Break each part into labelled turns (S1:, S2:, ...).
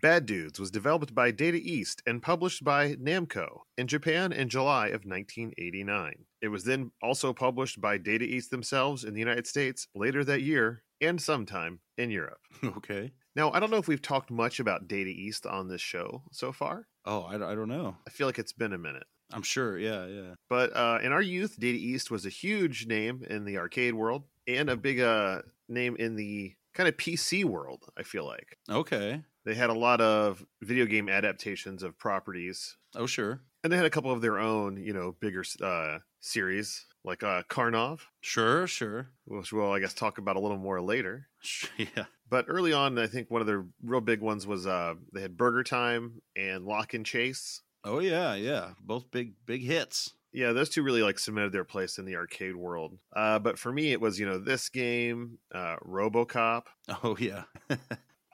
S1: Bad Dudes was developed by Data East and published by Namco in Japan in July of 1989. It was then also published by Data East themselves in the United States later that year and sometime in Europe.
S2: Okay.
S1: Now, I don't know if we've talked much about Data East on this show so far.
S2: Oh, I, I don't know.
S1: I feel like it's been a minute.
S2: I'm sure. Yeah, yeah.
S1: But uh, in our youth, Data East was a huge name in the arcade world and a big uh, name in the kind of PC world, I feel like.
S2: Okay.
S1: They had a lot of video game adaptations of properties,
S2: Oh, sure.
S1: and they had a couple of their own, you know, bigger uh, series, like uh, Karnov,
S2: Sure, sure.
S1: which we'll, I guess, talk about a little more later.
S2: Sh- Yeah.
S1: But early on, I think one of their real big ones was uh, they had Burger Time and Lock and Chase.
S2: Oh, yeah, yeah. Both big, big hits.
S1: yeah those two really like cemented their place in the arcade world uh, but for me it was you know this game uh, robocop
S2: Oh, yeah.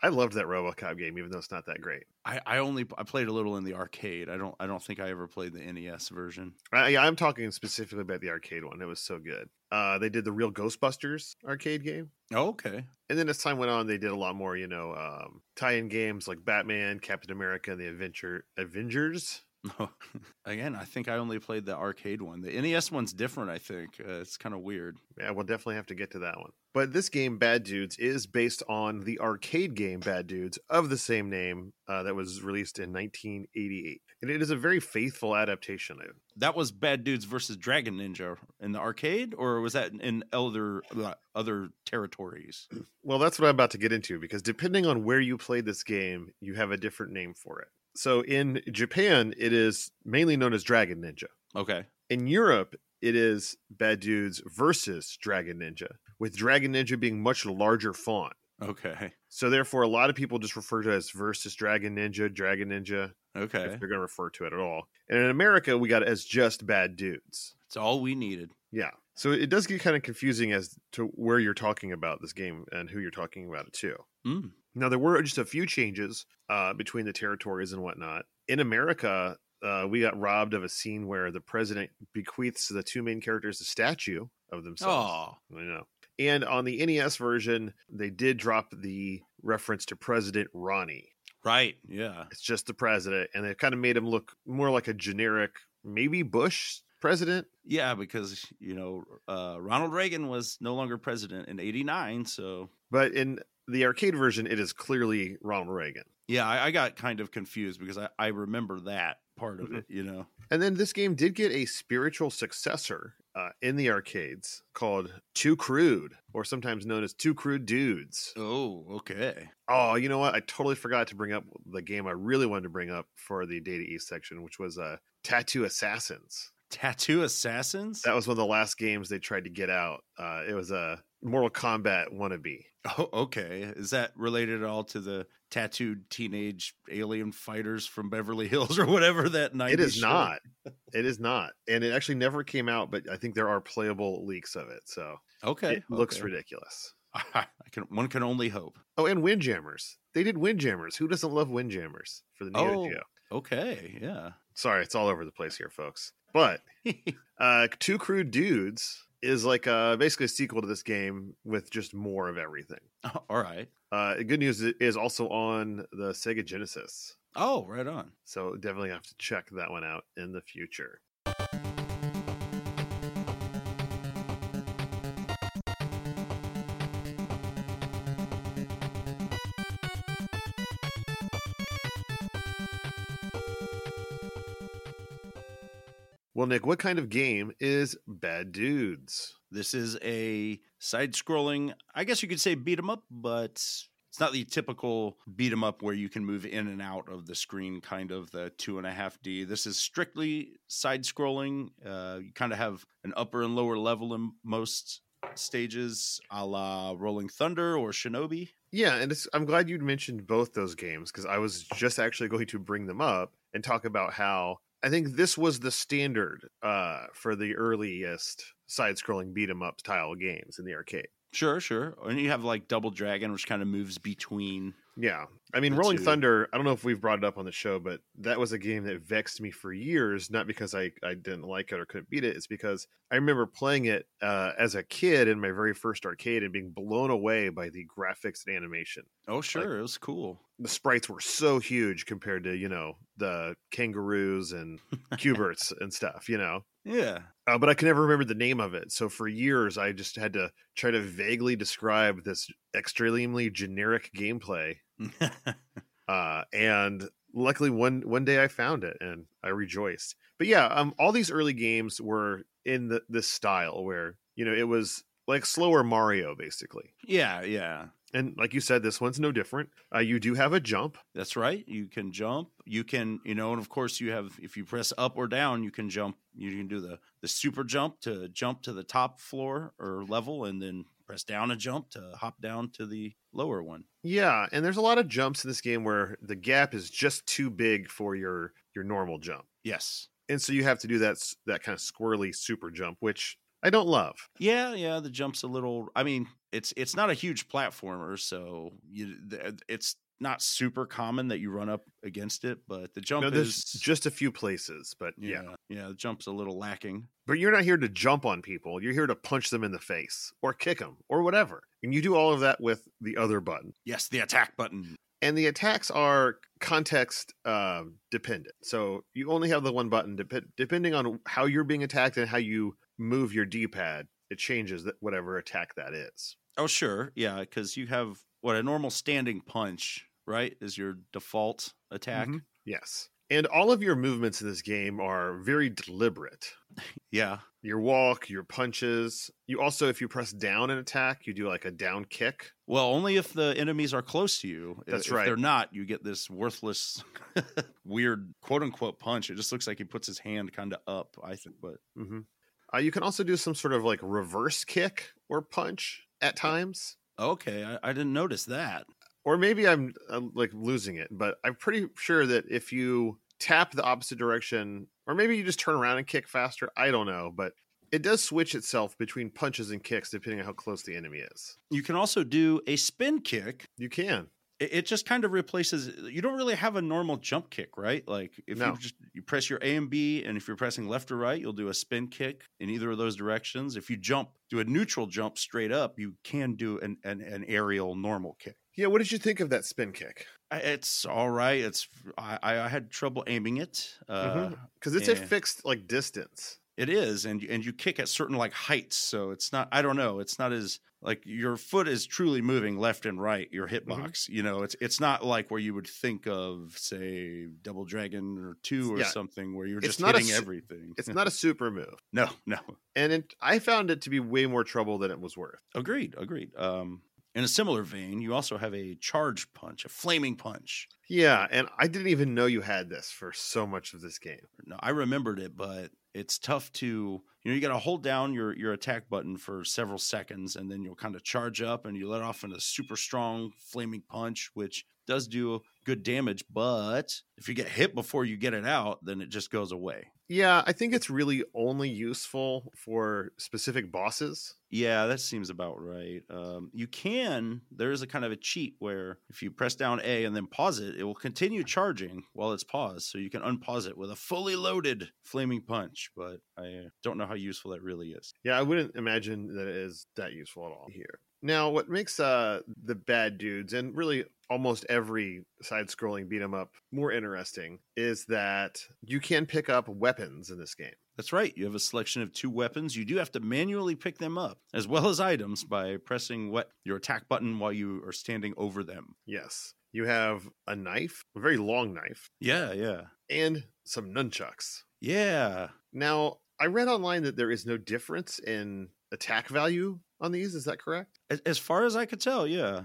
S1: i loved that robocop game even though it's not that great
S2: I, I only I played a little in the arcade. I don't I don't think I ever played the NES version.
S1: I, Uh, yeah, i'm talking specifically about the arcade one it was so good uh, they did the real ghostbusters arcade game
S2: Oh, okay.
S1: and then as time went on they did a lot more you know um, tie-in games like batman captain america and the adventure avengers
S2: No. Again, I think I only played the arcade one. The NES one's different, I think. Uh, it's kind of weird.
S1: yeah we'll definitely have to get to that one but this game bad dudes is based on the arcade game bad dudes of the same name uh, that was released in 1988 and it is a very faithful adaptation of
S2: That was Bad Dudes versus Dragon Ninja in the arcade, or was that in other uh, other territories?
S1: well that's what i'm about to get into because depending on where you played this game you have a different name for it so in japan it is mainly known as dragon ninja
S2: Okay.
S1: in europe it is bad dudes versus dragon ninja with dragon ninja being much larger font
S2: Okay.
S1: So therefore, a lot of people just refer to it as versus Dragon Ninja, Dragon Ninja, if
S2: Okay.
S1: they're going to refer to it at all. And in America, we got it as just bad dudes.
S2: It's all we needed.
S1: Yeah. So it does get kind of confusing as to where you're talking about this game and who you're talking about it to.
S2: Mm.
S1: Now there were just a few changes uh, between the territories and whatnot. In America, uh, we got robbed of a scene where the president bequeaths the two main characters a statue of themselves.
S2: Oh,
S1: I know. And on the NES version, they did drop the reference to President Ronnie.
S2: right. Yeah.
S1: It's just the president, and they kind of made him look more like a generic, maybe Bush president.
S2: Yeah, because, you know, uh, Ronald Reagan was no longer president in 89. So,
S1: But in the arcade version, it is clearly Ronald Reagan.
S2: yeah, I, I got kind of confused because I, I remember that part of it, you know?
S1: And then this game did get a spiritual successor uh, in the arcades called Too Crude, or sometimes known as Two Crude Dudes.
S2: Oh, okay.
S1: Oh, you know what? I totally forgot to bring up the game I really wanted to bring up for the Data East section, which was uh, Tattoo Assassins.
S2: Tattoo Assassins?
S1: That was one of the last games they tried to get out. Uh, it was a Mortal Kombat wannabe.
S2: Oh, okay. Is that related at all to the tattooed teenage alien fighters from Beverly Hills or whatever that night?
S1: It is not. It is not. And it actually never came out, but I think there are playable leaks of it. So
S2: Okay.
S1: it looks
S2: okay.
S1: ridiculous.
S2: I can. One can only hope.
S1: Oh, and Windjammers. They did Windjammers. Who doesn't love Windjammers for the Neo
S2: Oh.
S1: Geo?
S2: Okay. Yeah.
S1: Sorry, it's all over the place here, folks. But uh, Two Crude Dudes is like uh, basically a sequel to this game with just more of everything.
S2: all right.
S1: Uh, good news it is also on the Sega Genesis.
S2: Oh, right on.
S1: So definitely have to check that one out in the future. Well, Nick, what kind of game is Bad Dudes?
S2: This is a side-scrolling. I guess you could say beat 'em up, but it's not the typical beat 'em up where you can move in and out of the screen. Kind of the two and a half D. This is strictly side-scrolling. Uh, you kind of have an upper and lower level in most stages a la Rolling Thunder or Shinobi.
S1: Yeah, and it's, I'm glad you mentioned both those games because I was just actually going to bring them up and talk about how I think this was the standard uh, for the earliest side-scrolling beat 'em up style games in the arcade.
S2: Sure, sure. And you have like Double Dragon, which kind of moves between.
S1: Yeah. I mean,
S2: Me
S1: Rolling
S2: too.
S1: Thunder, I don't know if we've brought it up on the show, but that was a game that vexed me for years, not because I, I didn't like it or couldn't beat it. It's because I remember playing it uh, as a kid in my very first arcade and being blown away by the graphics and animation.
S2: Oh, sure. it was cool.
S1: The sprites were so huge compared to, you know, the kangaroos and cuberts and stuff, you know?
S2: Yeah.
S1: uh, but I can never remember the name of it. So for years, I just had to try to vaguely describe this extremely generic gameplay. Uh, and luckily, one one day I found it and I rejoiced. But yeah, um, all these early games were in the, this style where you know it was like slower Mario basically.
S2: yeah, yeah.
S1: And like you said, this one's no different. Uh, you do have a jump.
S2: That's right. You can jump. You can, you know, and of course you have if you press up or down, you can jump. You can do the the super jump to jump to the top floor or level and then press down a jump to hop down to the lower one.
S1: Yeah, and there's a lot of jumps in this game where the gap is just too big for your your normal jump.
S2: Yes.
S1: and so you have to do that s- that kind of squirrely super jump which i don't love
S2: Yeah, yeah, the jump's a little I mean, it's it's not a huge platformer, so you th- it's not super common that you run up against it, but the jump
S1: no,
S2: is
S1: there's just a few places but yeah.
S2: yeah, yeah, the jump's a little lacking.
S1: but you're not here to jump on people you're here to punch them in the face or kick them or whatever and you do all of that with the other button
S2: Yes, the attack button.
S1: and the attacks are context uh, dependent so you only have the one button dep- depending on how you're being attacked and how you move your d-pad it changes that whatever attack that is
S2: Oh, sure. Yeah, because you have what a normal standing punch, right? Is your default attack.
S1: Mhm. yes and all of your movements in this game are very deliberate
S2: Yeah.
S1: your walk, your punches. You also, if you press down an attack, you do like a down kick.
S2: Well, only if the enemies are close to you. I-
S1: That's
S2: if
S1: right.
S2: they're not, you get this worthless, weird quote unquote punch. It just looks like he puts his hand kind of up, I think. But
S1: Mm-hmm. Uh, you can also do some sort of like reverse kick or punch at times.
S2: okay, I, I didn't notice that.
S1: Or maybe I'm uh, like losing it, but I'm pretty sure that if you tap the opposite direction, or maybe you just turn around and kick faster, I don't know, but it does switch itself between punches and kicks depending on how close the enemy is.
S2: You can also do a spin kick.
S1: You can.
S2: It, it just kind of replaces. You don't really have a normal jump kick, right? Like if
S1: No.
S2: you just you press your A and B, and if you're pressing left or right, you'll do a spin kick in either of those directions. If you jump, do a neutral jump straight up, you can do an an, an aerial normal kick.
S1: Yeah, what did you think of that spin kick?
S2: I- It's all right. It's I, I I had trouble aiming it. Uh,
S1: Because it's a
S2: Yeah.
S1: fixed like distance.
S2: It is, and and you kick at certain like heights, so it's not. I don't know. It's not as like your foot is truly moving left and right. Your
S1: Mm-hmm.
S2: hitbox, you know, it's it's not like where you would think of, say, Double Dragon or two or
S1: Yeah.
S2: something, where you're
S1: It's
S2: just
S1: not a
S2: hitting
S1: s-
S2: everything.
S1: It's not a super move.
S2: no, no.
S1: and it, I found it to be way more trouble than it was worth.
S2: Agreed, agreed. Um, in a similar vein, you also have a charge punch, a flaming punch.
S1: Yeah, and I didn't even know you had this for so much of this game.
S2: No, I remembered it, but it's tough to you know you got to hold down your your attack button for several seconds, and then you'll kind of charge up and you let off in a super strong flaming punch, which does do good damage. But if you get hit before you get it out, then it just goes away.
S1: Yeah, I think it's really only useful for specific bosses.
S2: Yeah, that seems about right. Um, you can there is a kind of a cheat where if you press down A and then pause it, it will continue charging while it's paused, so you can unpause it with a fully loaded flaming punch. But I uh, don't know how useful that really is.
S1: Yeah, I wouldn't imagine that it is that useful at all here. Now, what makes uh, the bad dudes and really almost every side scrolling beat 'em up more interesting is that you can pick up weapons in this game.
S2: That's right. You have a selection of two weapons. You do have to manually pick them up, as well as items, by pressing what your attack button while you are standing over them.
S1: Yes, you have a knife, a very long knife,
S2: Yeah, yeah,
S1: and some nunchucks.
S2: yeah.
S1: Now, I read online that there is no difference in attack value on these. Is that correct?
S2: As, as far as I could tell, yeah.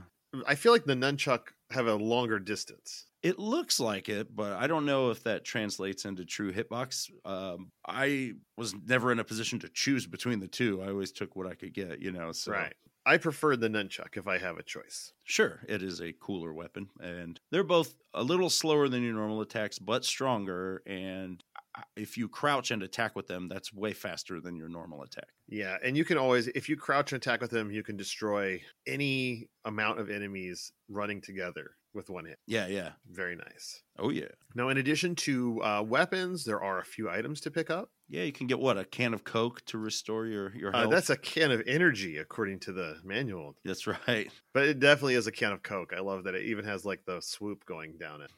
S1: I feel like the nunchuck have a longer distance.
S2: It looks like it, but I don't know if that translates into true hitbox. Um, I was never in a position to choose between the two. I always took what I could get, you know. So
S1: Right. I prefer the nunchuck if I have a choice.
S2: Sure, it is a cooler weapon, and they're both a little slower than your normal attacks, but stronger. And I- if you crouch and attack with them, that's way faster than your normal attack.
S1: Yeah, and you can always if you crouch and attack with them, you can destroy any amount of enemies running together with one hit.
S2: Yeah, yeah.
S1: Very nice.
S2: Oh, yeah.
S1: Now, in addition to uh, weapons, there are a few items to pick up.
S2: Yeah, you can get what? A can of Coke to restore your, your
S1: Uh,
S2: health?
S1: that's a can of energy, according to the manual.
S2: That's right.
S1: But it definitely is a can of Coke. I love that it even has like the swoop going down it,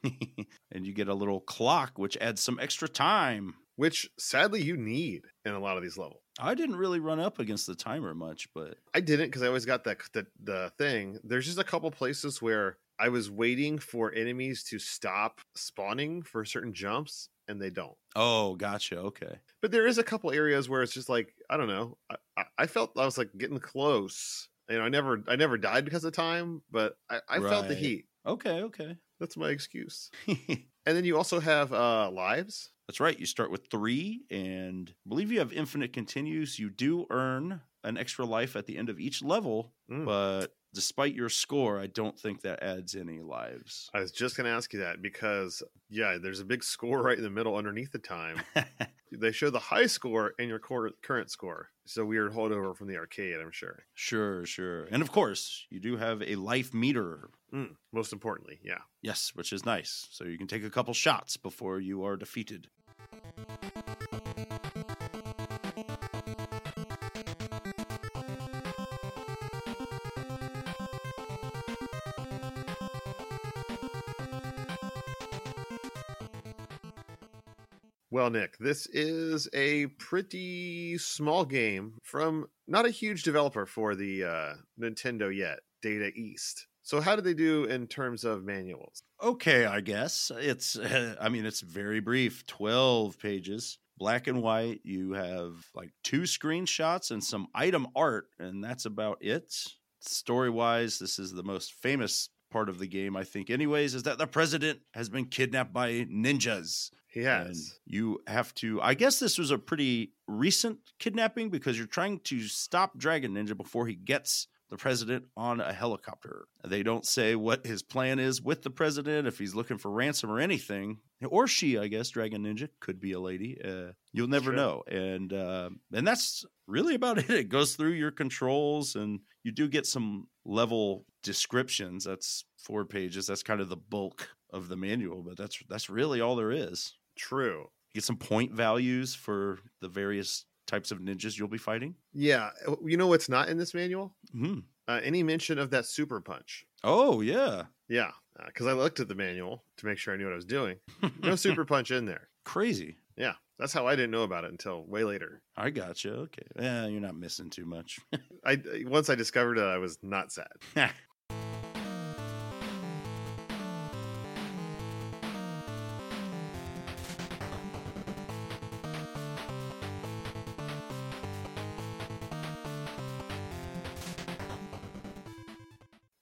S2: and you get a little clock, which adds some extra time.
S1: which sadly you need in a lot of these levels.
S2: I didn't really run up against the timer much, but
S1: I didn't because I always got that the, the thing. There's just a couple places where I was waiting for enemies to stop spawning for certain jumps, and they don't.
S2: oh, gotcha. Okay.
S1: But there is a couple areas where it's just like I don't know. I, I- I felt I was like getting close. You know, I never I never died because of time, but I, I felt the
S2: Right.
S1: heat.
S2: Okay, okay.
S1: That's my excuse. And then you also have uh lives.
S2: That's right. You start with three, and I believe you have infinite continues. You do earn an extra life at the end of each level,
S1: Mm.
S2: but despite your score, I don't think that adds any lives.
S1: I was just gonna ask you that because yeah, there's a big score right in the middle underneath the time. they show the high score and your cor- current score. So weird holdover from the arcade, I'm sure.
S2: sure, sure. And of course, you do have a life meter.
S1: Mm, most importantly, yeah.
S2: Yes, which is nice. So you can take a couple shots before you are defeated.
S1: Well, Nick, this is a pretty small game from not a huge developer for the uh, Nintendo yet, Data East. So how did they do in terms of manuals?
S2: okay i guess it's i mean it's very brief 12 pages black and white you have like two screenshots and some item art and that's about it story wise this is the most famous part of the game i think anyways is that the president has been kidnapped by ninjas
S1: He
S2: and
S1: has.
S2: you have to i guess this was a pretty recent kidnapping because you're trying to stop dragon ninja before he gets the president on a helicopter they don't say what his plan is with the president if he's looking for ransom or anything or she i guess dragon ninja could be a lady uh, you'll never
S1: Sure.
S2: know and uh, and that's really about it it goes through your controls and you do get some level descriptions that's four pages that's kind of the bulk of the manual but that's that's really all there is
S1: True.
S2: get some point values for the various types of ninjas you'll be fighting.
S1: Yeah. uh, You know what's not in this manual?
S2: Hmm.
S1: Uh, any mention of that super punch.
S2: Oh yeah,
S1: Yeah, because I looked at the manual to make sure I knew what I was doing. No super punch in there.
S2: crazy.
S1: Yeah, that's how I didn't know about it until way later.
S2: I gotcha. Okay, yeah, you're not missing too much.
S1: I once I discovered it, I was not sad.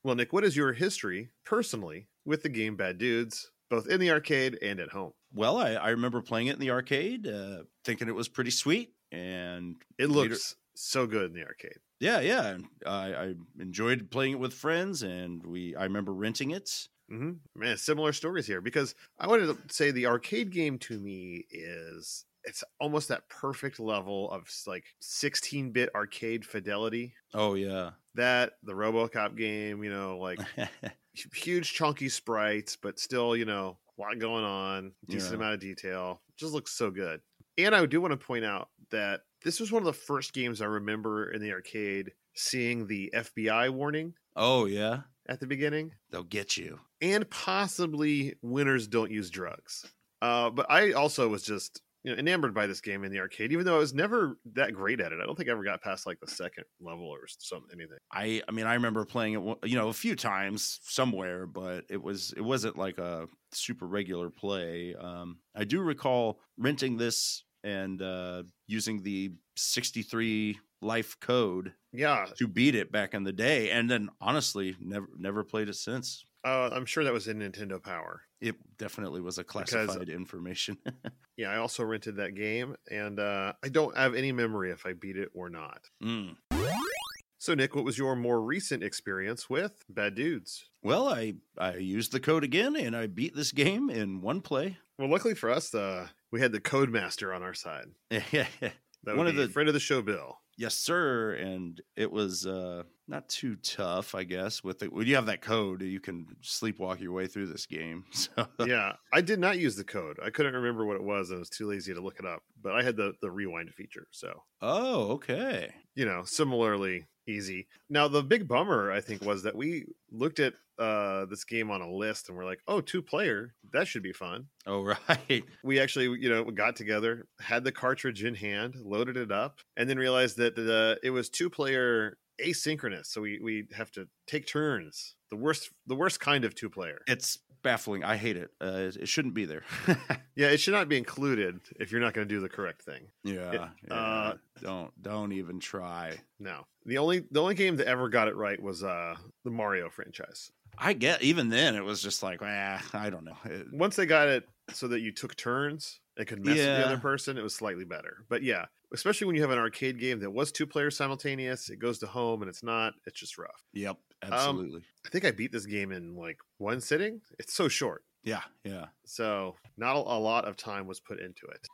S1: Well, Nick, what is your history personally with the game Bad Dudes, both in the arcade and at home?
S2: well, I, I remember playing it in the arcade, uh, thinking it was pretty sweet, and
S1: It
S2: Later-
S1: looks so good in the arcade.
S2: yeah, yeah, I, I enjoyed playing it with friends, and we I remember renting it.
S1: hmm Man, similar stories here because I wanted to say the arcade game to me is it's almost that perfect level of like 16-bit arcade fidelity
S2: Oh yeah,
S1: that the RoboCop game, you know, like hu- huge chunky sprites, but still, you know, a lot going on, decent
S2: Yeah.
S1: amount of detail. Just looks so good. And I do want to point out that this was one of the first games I remember in the arcade seeing the FBI warning
S2: oh yeah,
S1: at the beginning
S2: they'll get you.
S1: and possibly winners don't use drugs. Uh, but I also was just you know enamored by this game in the arcade, even though I was never that great at it. I don't think I ever got past like the second level or some anything.
S2: I I mean I remember playing it you know a few times somewhere, but it was it wasn't like a super regular play. Um, I do recall renting this and uh, using the sixty three life code
S1: Yeah,
S2: to beat it back in the day, and then honestly never never played it since.
S1: Uh, I'm sure that was in Nintendo Power.
S2: It definitely was a
S1: Because-
S2: classified information.
S1: Yeah, I also rented that game, and uh, I don't have any memory if I beat it or not.
S2: Mm.
S1: So, Nick, what was your more recent experience with Bad Dudes?
S2: Well, I I used the code again and I beat this game in one play.
S1: Well, luckily for us, uh, we had the Codemaster on our side. That
S2: One
S1: would
S2: of
S1: be
S2: the-
S1: friend of the show, Bill.
S2: yes, sir. And it was uh, not too tough, I guess. With it, when you have that code, you can sleepwalk your way through this game. So
S1: yeah, I did not use the code. I couldn't remember what it was, and I was too lazy to look it up. But I had the the rewind feature, so
S2: oh, okay.
S1: you know, similarly easy. Now, the big bummer I think was that we looked at uh, this game on a list, and we're like, oh, two player, that should be fun.
S2: Oh, right.
S1: we actually you know got together had the cartridge in hand loaded it up and then realized that the it was two player asynchronous so we we have to take turns the worst the worst kind of two player
S2: It's baffling. I hate it. Uh, it- it shouldn't be there.
S1: yeah it should not be included if you're not going to do the correct thing
S2: yeah. yeah.
S1: uh,
S2: don't don't even try.
S1: no the only the only game that ever got it right was uh the mario franchise
S2: I get even then it was just like, ah, I don't know. It-
S1: once they got it so that you took turns and could mess with the other
S2: Yeah.
S1: person it was slightly better but yeah especially when you have an arcade game that was two player simultaneous it goes to home and it's not it's just rough
S2: yep, absolutely.
S1: I think I beat this game in like one sitting. It's so short.
S2: yeah, yeah.
S1: So, not a, a lot of time was put into it.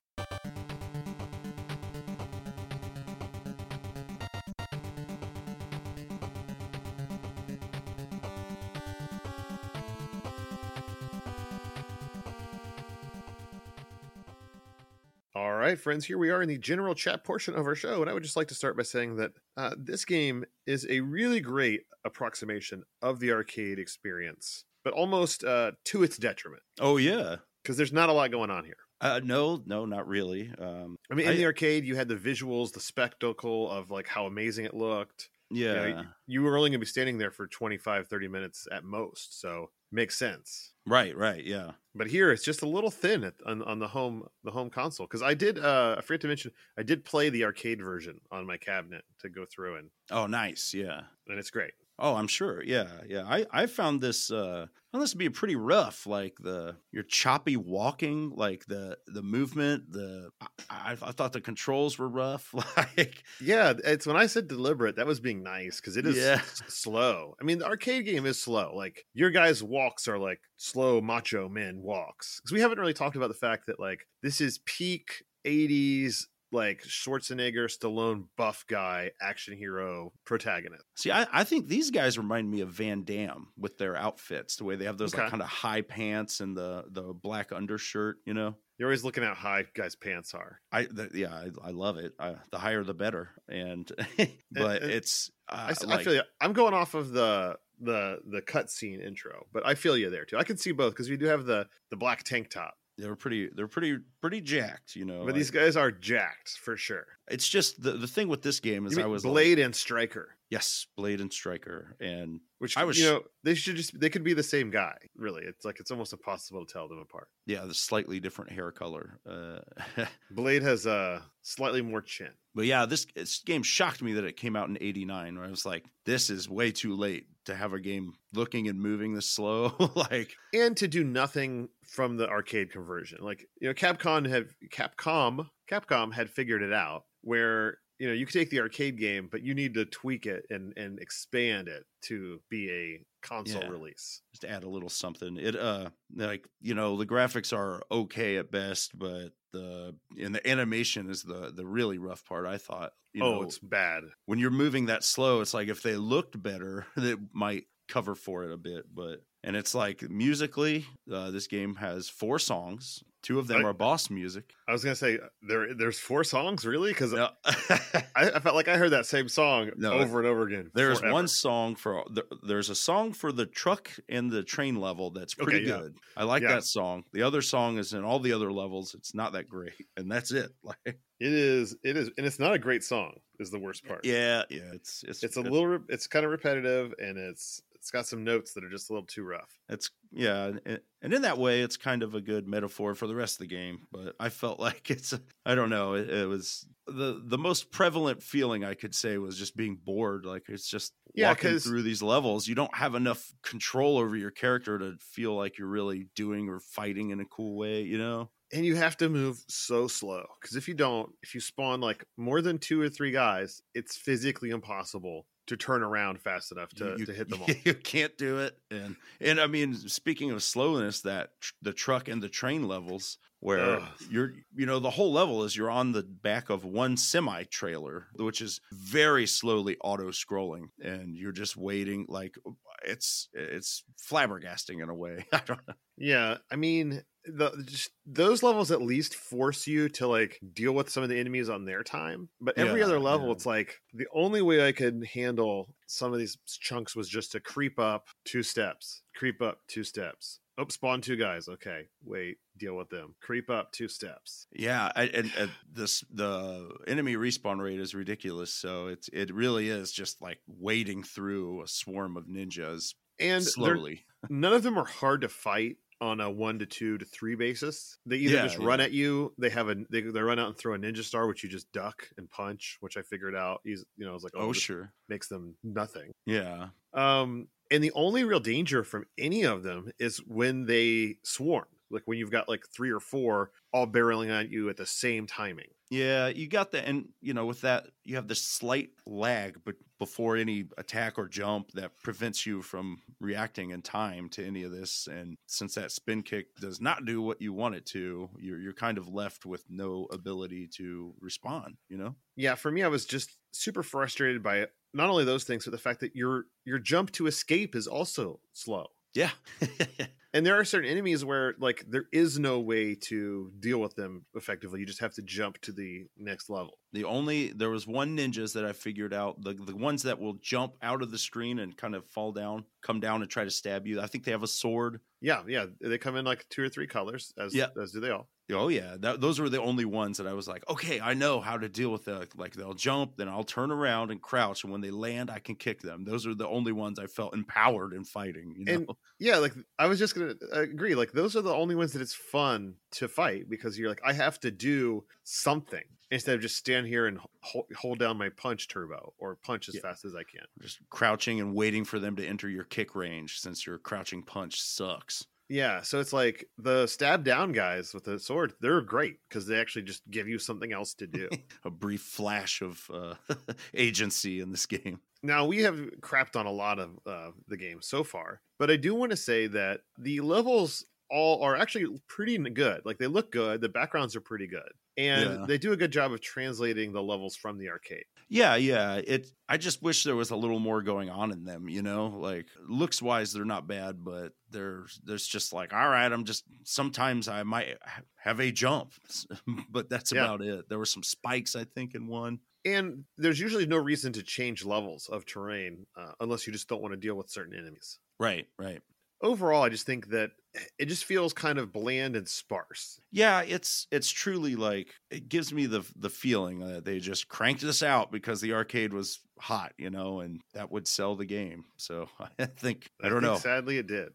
S1: All right, friends, here we are in the general chat portion of our show. And I would just like to start by saying that uh, this game is a really great approximation of the arcade experience, but almost uh, to its detriment
S2: Oh yeah.
S1: because there's not a lot going on here.
S2: Uh, no, no, not really. Um,
S1: I mean, in
S2: I-
S1: the arcade, you had the visuals, the spectacle of like how amazing it looked. You, know,
S2: yeah,
S1: you were only going to be standing there for 25, 30 minutes at most. So, makes sense.
S2: right, right, yeah.
S1: but here it's just a little thin at, on, on the home the home console because i did uh i forget to mention i did play the arcade version on my cabinet to go through and
S2: Oh, nice, yeah.
S1: and it's great
S2: Oh, I'm sure. Yeah, yeah. I, I found this uh found this to be pretty rough. Like the your choppy walking, like the the movement. The I, I, I thought the controls were rough. Like
S1: yeah it's when i said deliberate that was being nice because it is
S2: Yeah.
S1: s- slow i mean the arcade game is slow like your guys walks are like slow macho men walks because we haven't really talked about the fact that like this is peak 80s like schwarzenegger stallone buff guy action hero protagonist
S2: See, I, I think these guys remind me of Van Damme with their outfits, the way they have those
S1: Okay.
S2: like kind of high pants and the the black undershirt. You know,
S1: you're always looking out how high guys pants are
S2: I th- yeah, I, I love it. I, the higher, the better. And but
S1: and
S2: it's uh,
S1: Eh, I, s- I
S2: like,
S1: feel you. I'm going off of the the the cutscene intro, but I feel you there too. I can see both because we do have the the black tank top,
S2: they're pretty they're pretty pretty jacked. You know,
S1: but these
S2: like,
S1: guys are jacked for sure.
S2: it's just the the thing with this game
S1: You
S2: is I
S1: mean
S2: was like,
S1: Blade and Striker,
S2: yes, Blade and Striker, and
S1: which
S2: I
S1: I
S2: was
S1: was, you
S2: sh-
S1: know, they should just they could be the same guy. Really, it's like it's almost impossible to tell them apart.
S2: yeah, the slightly different hair color. Uh,
S1: Blade has a uh, slightly more chin.
S2: But yeah, this, this game shocked me that it came out in '89. Where I was like, "This is way too late to have a game looking and moving this slow." like,
S1: and to do nothing from the arcade conversion. Like you know, Capcom have Capcom Capcom had figured it out where you know you could take the arcade game, but you need to tweak it and and expand it to be a console
S2: Yeah.
S1: release.
S2: just add a little something. It, uh, like you know, the graphics are okay at best, but the and the animation is the the really rough part. I thought, you
S1: oh,
S2: know,
S1: it's bad.
S2: when you're moving that slow, it's like if they looked better, that might cover for it a bit. But and it's like musically, uh, this game has four songs. Two of them
S1: I-
S2: are boss music.
S1: I was gonna say uh, there there's four songs really because
S2: Yeah.
S1: I, I felt like I heard that same song
S2: No,
S1: over and over again.
S2: There's
S1: forever.
S2: one song for there- there's a song for the truck and the train level that's
S1: Okay,
S2: pretty
S1: yeah.
S2: good. I like
S1: Yeah.
S2: that song. The other song is in all the other levels. It's not that great, and that's it. Like,
S1: It is it is and it's not a great song. Is the worst part.
S2: yeah, yeah, it's it's
S1: It's a little, re- it's kind of repetitive, and it's it's got some notes that are just a little too rough.
S2: it's yeah, and- and in that way, it's kind of a good metaphor for the rest of the game. But I felt like it's I don't know. It, it was the the most prevalent feeling I could say was just being bored. Like it's just
S1: Yeah,
S2: walking
S1: 'cause-
S2: through these levels, you don't have enough control over your character to feel like you're really doing or fighting in a cool way, you know?
S1: and you have to move so slow because if you don't if you spawn like more than two or three guys it's physically impossible to turn around fast enough to,
S2: you,
S1: to hit them all
S2: You can't do it. And and I mean, speaking of slowness, that tr- the truck and the train levels where
S1: Ugh.
S2: you're you know the whole level is you're on the back of one semi trailer, which is very slowly auto scrolling, and you're just waiting. Like it's it's flabbergasting in a way. I don't know.
S1: yeah i mean the, just, those levels at least force you to like deal with some of the enemies on their time but every
S2: Yeah,
S1: other level
S2: yeah.
S1: it's like the only way i could handle some of these chunks was just to creep up two steps creep up two steps oh spawn two guys okay wait deal with them creep up two steps
S2: Yeah, I, and, and this the enemy respawn rate is ridiculous. So it's it really is just like wading through a swarm of ninjas
S1: and they're
S2: slowly.
S1: none of them are hard to fight on a one to two to three basis. They either
S2: Yeah,
S1: just run
S2: yeah.
S1: at you. They have a they, they run out and throw a ninja star, which you just duck and punch, which I figured out. He's you know I was like, oh,
S2: Oh
S1: this
S2: sure,
S1: makes them nothing.
S2: yeah.
S1: Um, and the only real danger from any of them is when they swarm, like when you've got like three or four all barreling at you at the same timing.
S2: Yeah, you got that, and you know, with that, you have this slight lag, but before any attack or jump that prevents you from reacting in time to any of this. And since that spin kick does not do what you want it to, you're you're kind of left with no ability to respond. You know?
S1: yeah for me i was just super frustrated by not only those things but the fact that your your jump to escape is also slow
S2: Yeah.
S1: and there are certain enemies where like there is no way to deal with them effectively you just have to jump to the next level
S2: the only there was one ninjas that I figured out the the ones that will jump out of the screen and kind of fall down, come down and try to stab you. I think they have a sword.
S1: yeah yeah they come in like two or three colors as
S2: Yeah.
S1: as do they all
S2: Oh yeah, that, those were the only ones that I was like, okay, I know how to deal with that. Like they'll jump, then I'll turn around and crouch, and when they land, I can kick them. Those are the only ones I felt empowered in fighting. You know,
S1: And- yeah like i was just gonna uh, agree like those are the only ones that it's fun to fight because you're like i have to do something instead of just stand here and hold, hold down my punch turbo or punch as
S2: Yeah.
S1: fast as i can
S2: just crouching and waiting for them to enter your kick range, since your crouching punch sucks.
S1: Yeah, so it's like the stab down guys with the sword, they're great because they actually just give you something else to do.
S2: A brief flash of uh, agency in this game.
S1: now, we have crapped on a lot of uh, the game so far, but I do want to say that the levels all are actually pretty good. Like they look good, the backgrounds are pretty good, and
S2: Yeah.
S1: they do a good job of translating the levels from the arcade.
S2: Yeah, yeah. It. I just wish there was a little more going on in them. You know, like looks wise, they're not bad, but there's there's just like, all right, I'm just. Sometimes I might ha- have a jump, but that's
S1: Yeah.
S2: about it. There were some spikes, I think, in one.
S1: And there's usually no reason to change levels of terrain uh, unless you just don't want to deal with certain enemies.
S2: Right, right.
S1: Overall, I just think that it just feels kind of bland and sparse.
S2: Yeah, it's it's truly like it gives me the the feeling that they just cranked this out because the arcade was hot, you know, and that would sell the game. So I think I don't
S1: think
S2: know.
S1: Sadly, it did.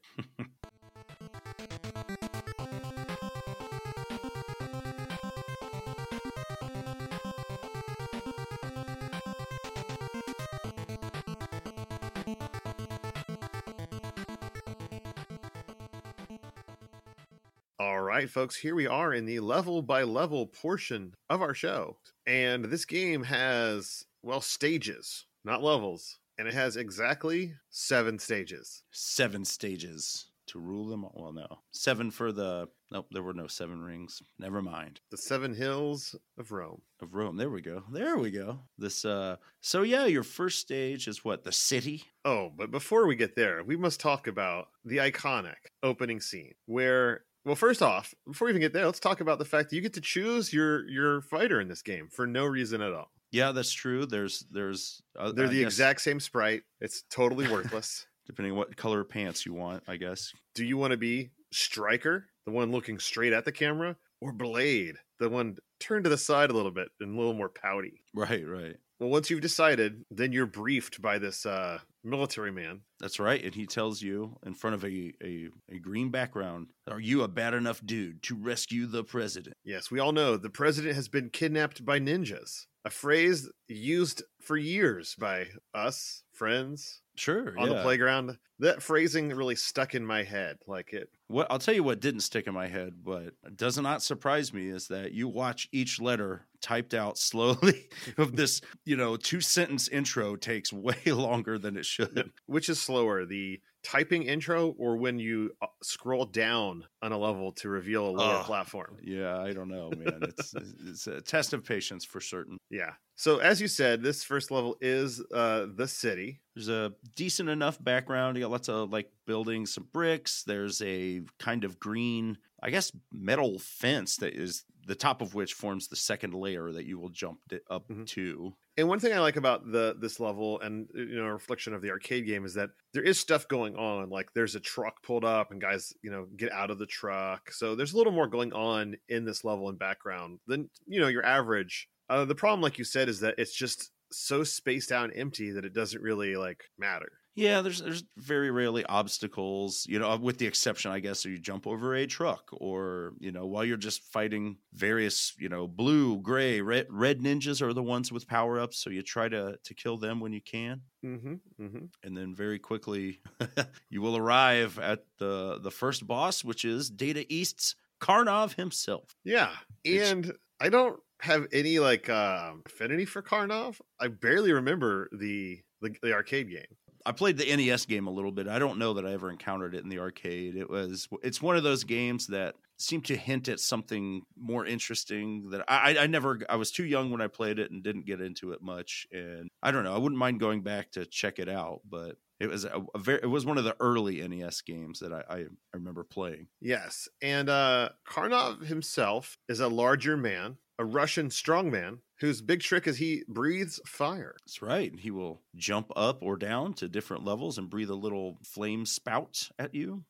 S1: All right, folks, here we are in the level by level portion of our show. And this game has, well, stages, not levels. And it has exactly seven stages.
S2: seven stages to rule them all. Well, no, seven for the. Nope, there were no seven rings. Never mind.
S1: The seven hills of Rome.
S2: Of Rome. There we go. There we go. This. uh So yeah, your first stage is what the city.
S1: Oh, but before we get there, we must talk about the iconic opening scene where well, first off, before we even get there, let's talk about the fact that you get to choose your your fighter in this game for no reason at all.
S2: Yeah, that's true. There's there's uh,
S1: They're
S2: I
S1: the
S2: guess,
S1: exact same sprite. It's totally worthless.
S2: depending on what color pants you want. I guess.
S1: Do you want to be Striker, the one looking straight at the camera, or Blade, the one turned to the side a little bit and a little more pouty?
S2: Right. Right.
S1: Well, once you've decided, then you're briefed by this uh, military man
S2: That's right. And he tells you in front of a, a, a green background, Are you a bad enough dude to rescue the president?
S1: Yes, we all know the president has been kidnapped by ninjas. a phrase used for years by us friends
S2: Sure.
S1: on the
S2: yeah.
S1: playground. That phrasing really stuck in my head. Like it,
S2: What I'll tell you what didn't stick in my head, but does not surprise me is that you watch each letter typed out slowly of this, you know, two sentence intro takes way longer than it should.
S1: which is slower, the typing intro or when you uh, scroll down on a level to reveal a lower
S2: Ugh.
S1: platform?
S2: Yeah, I don't know, man. It's it's a test of patience for certain.
S1: Yeah. So as you said, this first level is uh, the city.
S2: There's a decent enough background. You got lots of like buildings, some bricks. There's a kind of green, I guess, metal fence that is the top of which forms the second layer that you will jump d- up
S1: Mhm.
S2: to.
S1: And one thing I like about the this level and uh, you know a reflection of the arcade game is that there is stuff going on. Like there's a truck pulled up and guys, you know, get out of the truck. So there's a little more going on in this level and background than you know your average. Uh, the problem, like you said, is that it's just so spaced out and empty that it doesn't really like matter.
S2: Yeah, there's there's very rarely obstacles, you know, with the exception, I guess, or you jump over a truck, or you know, while you're just fighting various, you know, blue, gray, red, red ninjas are the ones with power ups, so you try to to kill them when you can,
S1: Mm-hmm. Mm-hmm.
S2: and then very quickly you will arrive at the the first boss, which is Data East's Karnov himself.
S1: Yeah,
S2: It's-
S1: and I don't have any like um affinity for Karnov. I barely remember the the, the arcade game.
S2: I played the NES game a little bit. I don't know that I ever encountered it in the arcade. It was it's one of those games that seemed to hint at something more interesting that I I I never I was too young when I played it and didn't get into it much. And I don't know. I wouldn't mind going back to check it out, but it was a, a very it was one of the early NES games that I I, I remember playing.
S1: Yes. And uh, Karnov himself is a larger man, a Russian strongman, whose big trick is he breathes fire.
S2: That's right. He will jump up or down to different levels and breathe a little flame spout at you.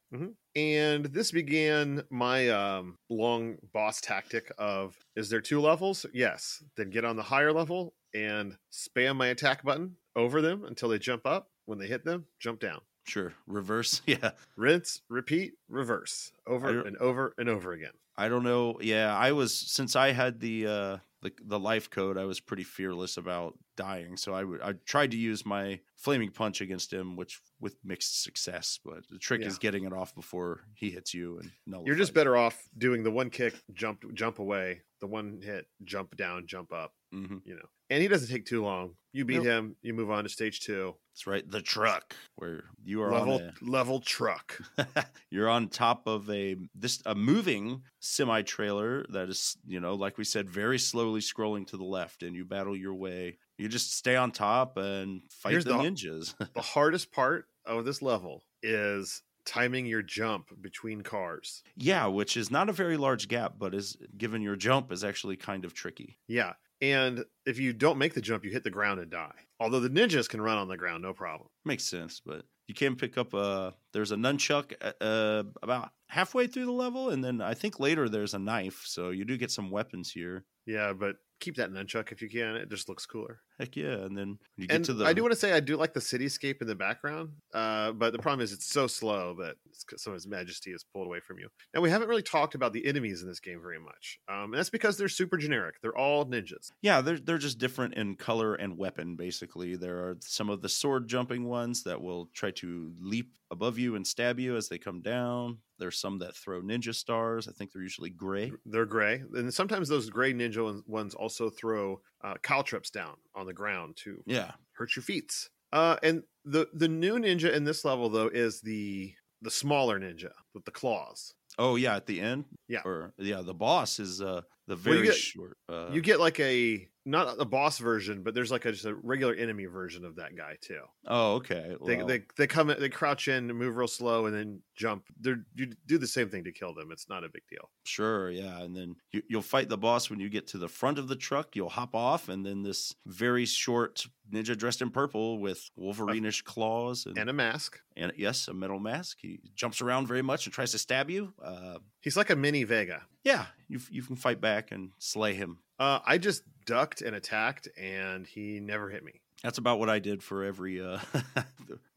S1: And this began my um, long boss tactic of is there two levels? Yes. Then get on the higher level and spam my attack button over them until they jump up. When they hit them, jump down.
S2: Sure, reverse. Yeah.
S1: Rinse, repeat, reverse
S2: I
S1: over
S2: don't-
S1: and over and over again.
S2: I don't know. Yeah, I was since I had the uh the, the life code, I was pretty fearless about dying. So I would I tried to use my flaming punch against him, which with mixed success. But the trick
S1: Yeah.
S2: is getting it off before he hits you and no.
S1: You're just better off doing the one kick, jump, jump away, the one hit, jump down, jump up.
S2: Mm-hmm.
S1: you know. And he doesn't take too long. You beat
S2: Nope.
S1: him, you move on to stage two.
S2: That's right. The truck where you are
S1: level
S2: on
S1: level truck.
S2: a, you're on top of a this a moving semi trailer that is you know like we said very slowly scrolling to the left, and you battle your way. You just stay on top and fight
S1: Here's
S2: the
S1: the-
S2: ninjas.
S1: the hardest part of this level is timing your jump between cars.
S2: Yeah, which is not a very large gap, but is given your jump is actually kind of tricky.
S1: Yeah. And if you don't make the jump, you hit the ground and die. Although the ninjas can run on the ground, no problem.
S2: Makes sense, but you can pick up a there's a nunchuck uh, uh, about halfway through the level, and then I think later there's a knife, so you do get some weapons here.
S1: Yeah, but keep that nunchuck if you can. It just looks cooler.
S2: Heck yeah! And then you get
S1: And
S2: to the
S1: I do want to say I do like the cityscape in the background, uh, but the problem is it's so slow that it's- some of his majesty is pulled away from you. Now we haven't really talked about the enemies in this game very much, um, and that's because they're super generic. They're all ninjas.
S2: yeah, they're they're just different in color and weapon. Basically, there are some of the sword jumping ones that will try to leap above you and stab you as they come down. There's some that throw ninja stars. I think they're usually gray.
S1: They're gray, and sometimes those gray ninja ones- ones also throw uh, caltrops down on the ground to
S2: Yeah,
S1: hurt your feet. Uh, and the the new ninja in this level though is the the smaller ninja with the claws.
S2: Oh yeah, at the end.
S1: Yeah.
S2: Or yeah, the boss is uh the
S1: Well, you
S2: very
S1: get-
S2: short. Uh,
S1: you get like a not a boss version, but there's like a, just a regular enemy version of that guy too.
S2: oh okay.
S1: They,
S2: well,
S1: they they come in- they crouch in, move real slow, and then jump. They you do the same thing to kill them. It's not a big deal.
S2: sure yeah, and then you, you'll fight the boss when you get to the front of the truck. You'll hop off, and then this very short ninja dressed in purple with Wolverine-ish claws and,
S1: And
S2: and,
S1: a mask.
S2: yes, a metal mask. He jumps around very much and tries to stab you. Uh,
S1: He's like a mini Vega.
S2: yeah, you f- you can fight back and slay him.
S1: Uh, I just ducked and attacked, and he never hit me
S2: That's about what I did for every uh,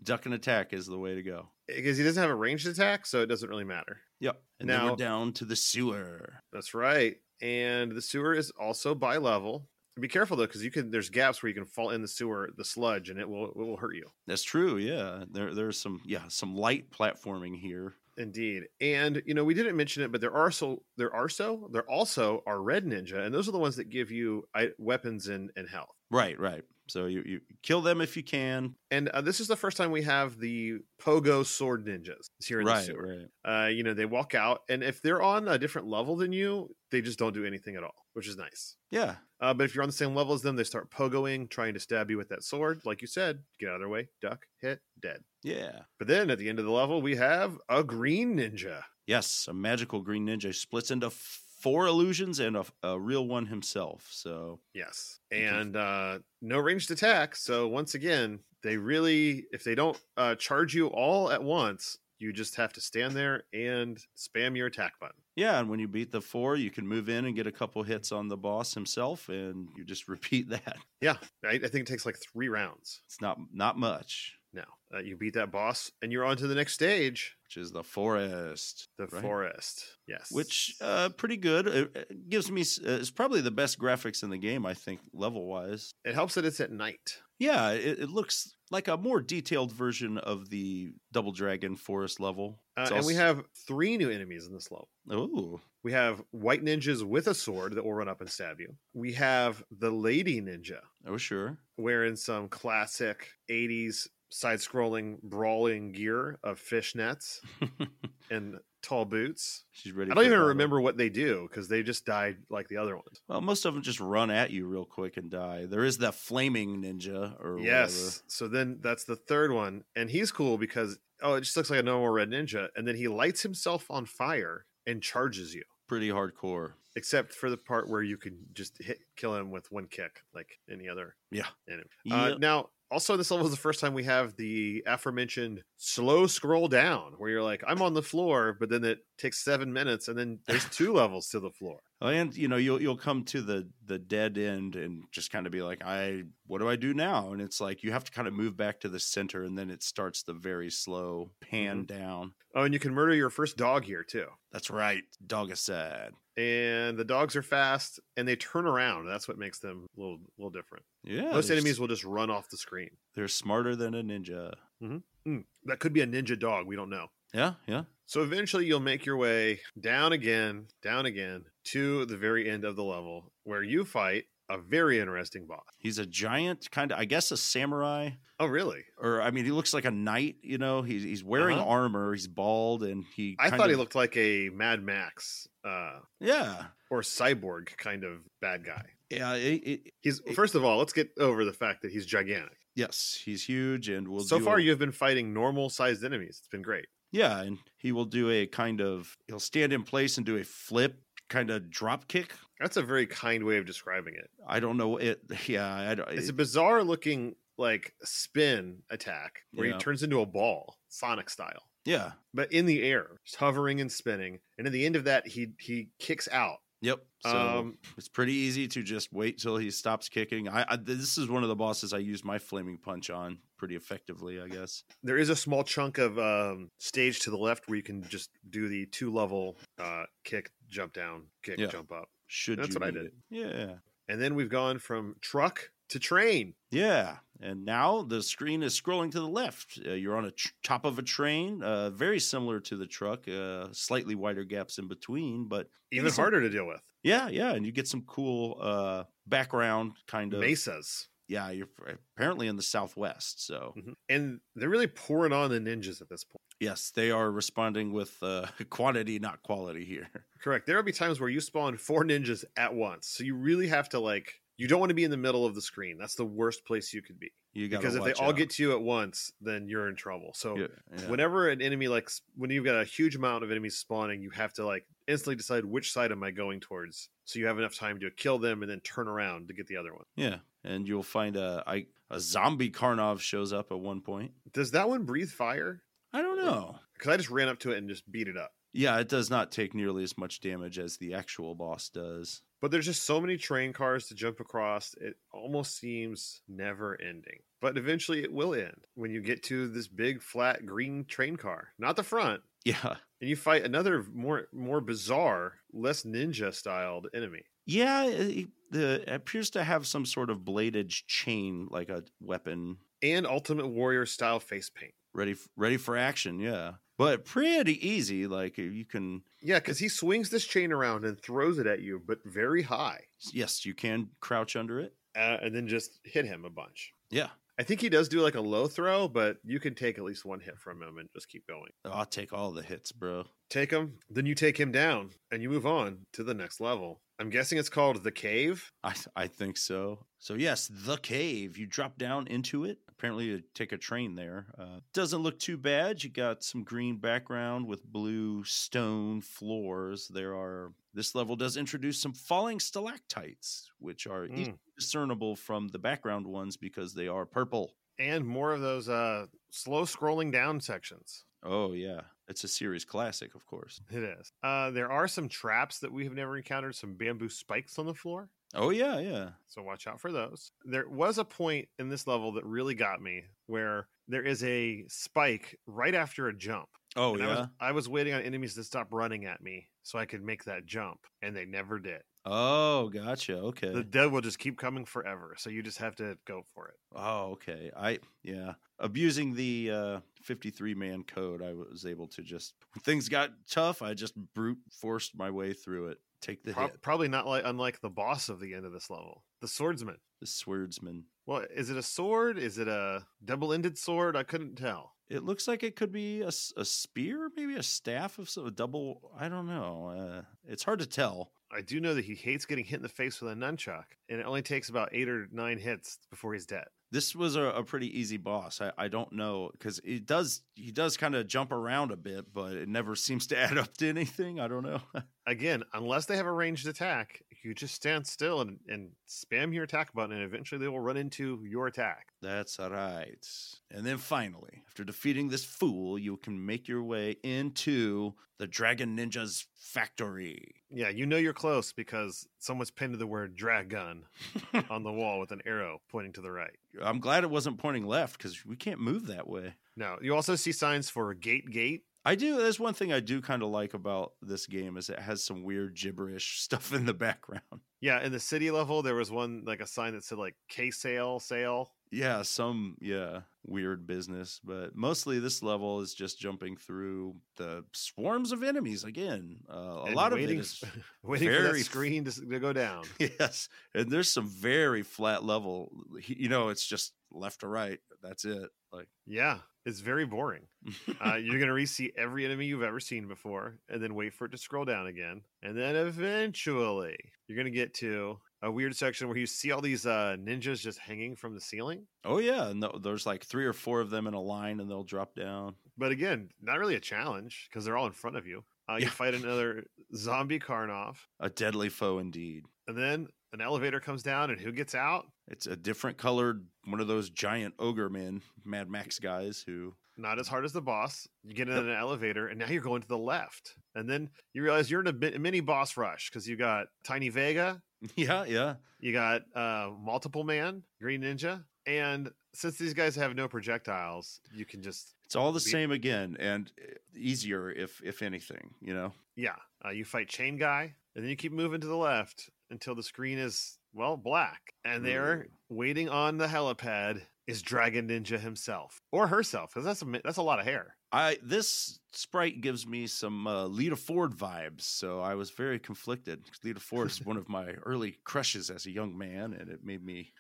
S2: duck and attack is the way to go.
S1: because he doesn't have a ranged attack, so it doesn't really matter.
S2: Yep. And then
S1: Now-
S2: we're down to the sewer.
S1: That's right. And the sewer is also bi level. Be careful though, because you can. There's gaps where you can fall in the sewer, the sludge, and it will it will hurt you.
S2: That's true. Yeah, there there's some yeah some light platforming here.
S1: Indeed, and you know we didn't mention it, but there are so there are so there also are red ninja, and those are the ones that give you I, weapons and and health.
S2: Right, right. So you, you kill them if you can.
S1: And uh, this is the first time we have the pogo sword ninjas here in the
S2: Right,
S1: sewer.
S2: right.
S1: Uh, you know they walk out, and if they're on a different level than you, they just don't do anything at all, which is nice.
S2: Yeah,
S1: Uh, but if you're on the same level as them, they start pogoing, trying to stab you with that sword. Like you said, get out of their way, duck, hit, dead.
S2: yeah.
S1: But then at the end of the level, we have a green ninja.
S2: Yes, a magical green ninja splits into four illusions and a, a real one himself. So
S1: Yes.
S2: Okay.
S1: And uh, no ranged attack. So once again, they really, if they don't uh, charge you all at once, you just have to stand there and spam your attack button.
S2: yeah, and when you beat the four, you can move in and get a couple hits on the boss himself, and you just repeat that.
S1: Yeah. I, I think it takes like three rounds
S2: It's not not much,
S1: now. Uh, you beat that boss and you're on to the next stage,
S2: which is the forest.
S1: the
S2: Right.
S1: forest. Yes.
S2: Which uh, pretty good. It, it gives me s- uh, it's probably the best graphics in the game, I think, level wise.
S1: it helps that it's at night.
S2: Yeah, it, it looks like a more detailed version of the Double Dragon Forest level.
S1: Uh,
S2: It's
S1: and we
S2: also-
S1: have three new enemies in this level.
S2: ooh,
S1: We have white ninjas with a sword that will run up and stab you. We have the lady ninja
S2: oh sure,
S1: wearing some classic 80s side scrolling brawling gear of fishnets and tall boots.
S2: she's ready.
S1: I don't
S2: for
S1: even
S2: battle.
S1: remember what they do because they just died like the other ones.
S2: Well, most of them just run at you real quick and die. There is that flaming ninja or
S1: Yes. So then that's the third one. And he's cool because, oh, it just looks like a normal red ninja. And then he lights himself on fire and charges you.
S2: whatever, pretty hardcore.
S1: except for the part where you can just hit kill him with one kick like any other
S2: Yeah.
S1: enemy. Uh,
S2: Yep.
S1: now also this level is the first time we have the aforementioned slow scroll down where you're like i'm on the floor but then it takes seven minutes and then there's two levels to the floor
S2: Oh, and you know you'll you'll come to the the dead end and just kind of be like, I what do I do now? And it's like you have to kind of move back to the center, and then it starts the very slow pan down.
S1: oh and you can murder your first dog here too
S2: That's right, dog aside.
S1: and the dogs are fast and they turn around that's what makes them a little, little different
S2: Yeah,
S1: most
S2: they're s-
S1: enemies will just run off the screen
S2: they're smarter than a ninja.
S1: Hmm, that could be a ninja dog we don't know
S2: Yeah, yeah.
S1: So eventually you'll make your way down again, down again to the very end of the level where you fight a very interesting boss.
S2: He's a giant, kind of. I guess a samurai.
S1: Oh, really?
S2: or I mean, he looks like a knight. You know, he's he's wearing
S1: Uh-huh.
S2: armor. He's bald, and he.
S1: I
S2: kind
S1: thought he
S2: of-
S1: looked like a Mad Max uh,
S2: Yeah,
S1: or cyborg kind of bad guy.
S2: yeah. It, it,
S1: He's first of all, let's get over the fact that he's gigantic.
S2: yes, he's huge, and will.
S1: so
S2: do
S1: far,
S2: a-
S1: you have been fighting normal sized enemies. It's been great.
S2: Yeah, and he will do a kind of. He'll stand in place and do a flip, kind of drop kick.
S1: That's a very kind way of describing it.
S2: I don't know it. Yeah, I don't.
S1: It's a
S2: it-
S1: bizarre looking like spin attack where
S2: Yeah.
S1: he turns into a ball, Sonic style.
S2: yeah.
S1: but in the air, just hovering and spinning. And at the end of that, he he kicks out.
S2: Yep. So
S1: Um,
S2: it's pretty easy to just wait till he stops kicking. I, I this is one of the bosses I use my flaming punch on pretty effectively, I guess.
S1: There is a small chunk of um, stage to the left where you can just do the two level uh, kick, jump down, kick,
S2: Yeah.
S1: jump up.
S2: Should
S1: That's
S2: you
S1: what I
S2: need
S1: did.
S2: it. Yeah.
S1: And then we've gone from truck to train.
S2: Yeah, and now the screen is scrolling to the left. Uh, you're on a tr- top of a train, uh, very similar to the truck, uh, slightly wider gaps in between, but
S1: Even
S2: Listen.
S1: harder to deal with.
S2: yeah, yeah, and you get some cool uh, background kind of.
S1: Mesas.
S2: Yeah, you're apparently in the southwest, so
S1: Mhm. And they're really pouring on the ninjas at this point.
S2: yes, they are responding with uh, quantity, not quality here.
S1: Correct. There will be times where you spawn four ninjas at once. So you really have to like you don't want to be in the middle of the screen. That's the worst place you could be.
S2: You got
S1: Because if they all get to you at once, then you're in trouble. So whenever an enemy like s- when you've got a huge amount of enemies spawning you have to like instantly decide which side am i going towards so you have enough time to kill them and then turn around to get the other one
S2: yeah, and you'll find a I, a zombie Karnov shows up at one point.
S1: does that one breathe fire
S2: I don't know.
S1: because i just ran up to it and just beat it up
S2: Yeah, it does not take nearly as much damage as the actual boss does.
S1: But there's just so many train cars to jump across. It almost seems never ending. But eventually it will end when you get to this big flat green train car. Not the front.
S2: Yeah.
S1: And you fight another more more bizarre, less ninja styled enemy.
S2: Yeah, it, the, it appears to have some sort of bladed chain like a weapon.
S1: And Ultimate Warrior style face paint.
S2: Ready f- ready for action, yeah. But pretty easy like you can
S1: Yeah, because he swings this chain around and throws it at you, but very high.
S2: yes, you can crouch under it.
S1: Uh, and then just hit him a bunch.
S2: Yeah.
S1: I think he does do like a low throw, but you can take at least one hit from him and just keep going.
S2: Oh, I'll take all the hits, bro.
S1: Take him, then you take him down, and you move on to the next level. I'm guessing it's called the cave.
S2: I I think so. So yes, the cave. You drop down into it. Apparently, you take a train there. Uh, doesn't look too bad. You got some green background with blue stone floors. There are this level does introduce some falling stalactites, which are
S1: Hmm.
S2: easily discernible from the background ones because they are purple.
S1: And more of those uh, slow scrolling down sections.
S2: Oh yeah, it's a series classic, of course.
S1: It is. Uh, there are some traps that we have never encountered, some bamboo spikes on the floor.
S2: Oh yeah, yeah.
S1: So watch out for those. There was a point in this level that really got me where there is a spike right after a jump.
S2: Oh
S1: And
S2: yeah.
S1: I was, I was waiting on enemies to stop running at me so I could make that jump, and they never did.
S2: oh, gotcha. Okay.
S1: The dead will just keep coming forever, so you just have to go for it.
S2: Oh, okay. I yeah, abusing the uh, fifty-three man code, I was able to just when things got tough. I just brute forced my way through it. Take the
S1: Prob-
S2: hit,
S1: Probably not like unlike the boss of the end of this level, the swordsman.
S2: the swordsman.
S1: Well, is it a sword? Is it a double-ended sword? I couldn't tell.
S2: It looks like it could be a, s- a spear, maybe a staff of some, a double. I don't know. Uh, it's hard to tell.
S1: I do know that he hates getting hit in the face with a nunchuck, and it only takes about eight or nine hits before he's dead.
S2: This was a, a pretty easy boss. I, I don't know because it does he does kind of jump around a bit, but it never seems to add up to anything. I don't know.
S1: Again, unless they have a ranged attack, you just stand still and, and spam your attack button, and eventually they will run into your attack.
S2: That's right. And then finally, after defeating this fool, you can make your way into the Dragon Ninja's factory.
S1: Yeah, you know you're close because someone's pinned the word dragon on the wall with an arrow pointing to the right.
S2: I'm glad it wasn't pointing left because we can't move that way.
S1: Now, you also see signs for gate gate.
S2: I do. That's one thing I do kind of like about this game is it has some weird gibberish stuff in the background.
S1: Yeah, in the city level, there was one like a sign that said like K sale sale.
S2: Yeah, some yeah weird business, but mostly this level is just jumping through the swarms of enemies again. Uh, a
S1: and
S2: lot of it
S1: waiting,
S2: is
S1: waiting for
S2: very
S1: that
S2: f-
S1: screen to, s- to go down.
S2: Yes. And there's some very flat level. You know, it's just left to right. That's it. Like,
S1: Yeah, it's very boring. Uh, you're gonna re-see every enemy you've ever seen before, and then wait for it to scroll down again, and then eventually you're gonna get to a weird section where you see all these uh, ninjas just hanging from the ceiling.
S2: oh, yeah. And th- there's like three or four of them in a line and they'll drop down.
S1: But again, not really a challenge because they're all in front of you. Uh, You
S2: Yeah.
S1: fight another zombie Karnov,
S2: A deadly foe indeed.
S1: and then an elevator comes down, and who gets out?
S2: It's a different colored one of those giant ogre men, Mad Max guys who.
S1: Not as hard as the boss. You get in
S2: Yep.
S1: an elevator, and now you're going to the left, and then you realize you're in a bi- mini boss rush because you got Tiny Vega,
S2: Yeah, yeah.
S1: You got uh, multiple man, green ninja, and since these guys have no projectiles, you can just
S2: It's all the
S1: Be-
S2: same again and eh, easier if if anything, you know.
S1: yeah, uh, you fight chain guy, and then you keep moving to the left until the screen is well black, and there waiting on the helipad is Dragon Ninja himself or herself, because that's a mi- that's a lot of hair.
S2: I this sprite gives me some uh, Lita Ford vibes, so I was very conflicted. 'cause Lita Ford is one of my early crushes as a young man, and it made me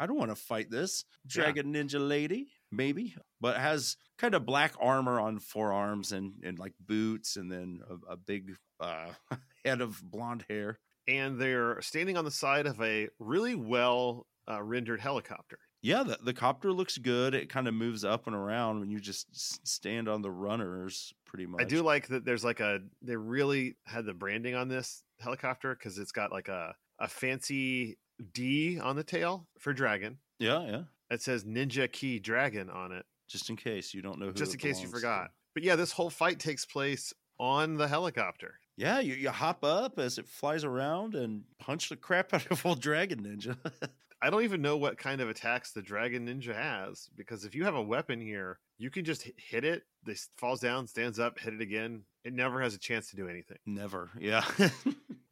S2: I don't want to fight this
S1: Yeah.
S2: dragon ninja lady, maybe, but has kind of black armor on forearms and and like boots, and then a, a big uh, head of blonde hair.
S1: And they're standing on the side of a really well uh, rendered helicopter.
S2: Yeah, the, the copter looks good. It kind of moves up and around when you just s- stand on the runners, pretty much.
S1: I do like that there's like a they really had the branding on this helicopter because it's got like a, a fancy D on the tail for dragon.
S2: yeah, yeah.
S1: It says Ninja Key Dragon on it,
S2: Just in case you don't know who
S1: just
S2: it
S1: in case you
S2: belongs to.
S1: forgot. But yeah, this whole fight takes place on the helicopter.
S2: Yeah, you, you hop up as it flies around and punch the crap out of old Dragon Ninja.
S1: I don't even know what kind of attacks the dragon ninja has because if you have a weapon here, you can just hit- hit it. This falls down, stands up, hit it again. It never has a chance to do anything.
S2: Never. Yeah.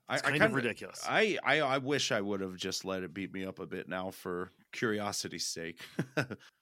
S2: I,
S1: It's kind of ridiculous.
S2: I, I I wish I would have just let it beat me up a bit now for curiosity's sake.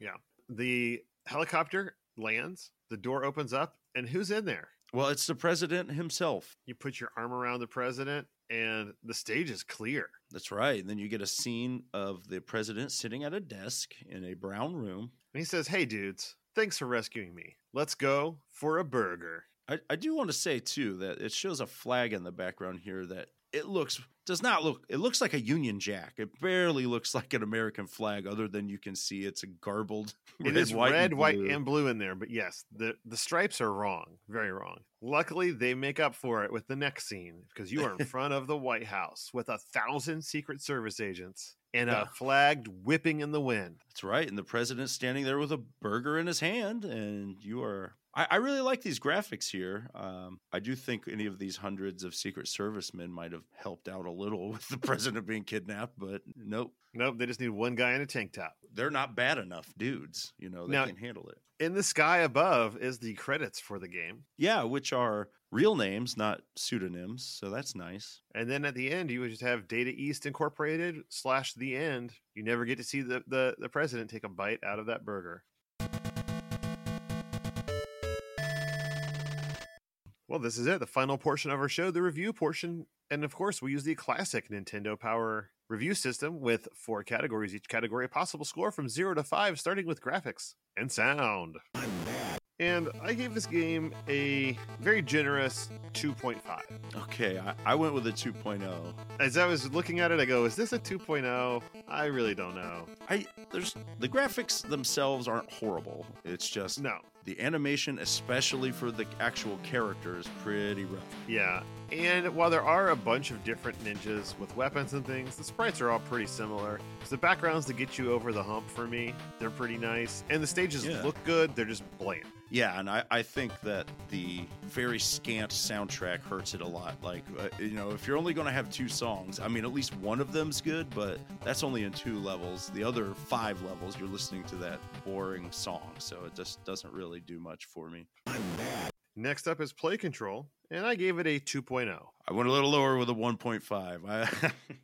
S1: the helicopter lands, the door opens up, and who's in there?
S2: well, it's the president himself.
S1: You put your arm around the president, and the stage is clear.
S2: That's right. And then you get a scene of the president sitting at a desk in a brown room.
S1: And he says, Hey, dudes, thanks for rescuing me. Let's go for a burger.
S2: I, I do want to say too that it shows a flag in the background here that it looks does not look it looks like a Union Jack. It barely looks like an American flag, other than you can see it's a garbled
S1: it is red, white,
S2: blue.
S1: and blue in there, but yes, the, the stripes are wrong, very wrong. Luckily, they make up for it with the next scene because you are in front of the White House with a thousand Secret Service agents and
S2: Yeah.
S1: a flag whipping in the wind.
S2: That's right. And the president's standing there with a burger in his hand, and you are. I, I really like these graphics here. Um, I do think any of these hundreds of Secret Servicemen might have helped out a little with the president being kidnapped, but nope.
S1: Nope, they just need one guy in a tank top.
S2: They're not bad enough dudes. You know, they
S1: Now-
S2: can't handle it.
S1: In the sky above is the credits for the game.
S2: Yeah, which are real names, not pseudonyms. So that's nice.
S1: And then at the end, you would just have Data East Incorporated slash the end. You never get to see the, the, the president take a bite out of that burger. Well, this is it. The final portion of our show, the review portion. And of course, we use the classic Nintendo Power review system with four categories, each category a possible score from zero to five, starting with graphics and sound. And I gave this game a very generous 2.5
S2: Okay, I, I went with a oh. 2.0.
S1: as I was looking at it, I go, is this a 2.0? I really don't know.
S2: I there's the graphics themselves aren't horrible. It's just
S1: No.
S2: the animation, especially for the actual character, is pretty rough.
S1: Yeah. And while there are a bunch of different ninjas with weapons and things, the sprites are all pretty similar. So the backgrounds that get you over the hump for me, they're pretty nice. And the stages
S2: Yeah.
S1: look good, they're just bland.
S2: Yeah, and I, I think that the very scant soundtrack hurts it a lot. Like, uh, you know, if you're only going to have two songs, I mean, at least one of them's good, but that's only in two levels. The other five levels, you're listening to that boring song. So it just doesn't really do much for me.
S1: Next up is play control, and I gave it a oh. 2.0.
S2: I went a little lower with a 1.5. I,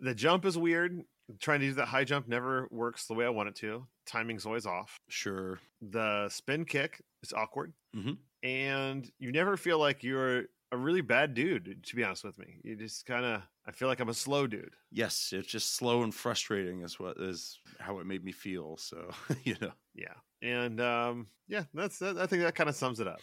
S1: The jump is weird. Trying to do that high jump never works the way I want it to. Timing's always off.
S2: sure.
S1: the spin kick is awkward
S2: Mhm.
S1: and you never feel like you're a really bad dude to be honest with me you just kind of i feel like i'm a slow dude
S2: Yes, it's just slow and frustrating is what is how it made me feel. So, you know.
S1: yeah and um yeah that's that, i think that kind of sums it up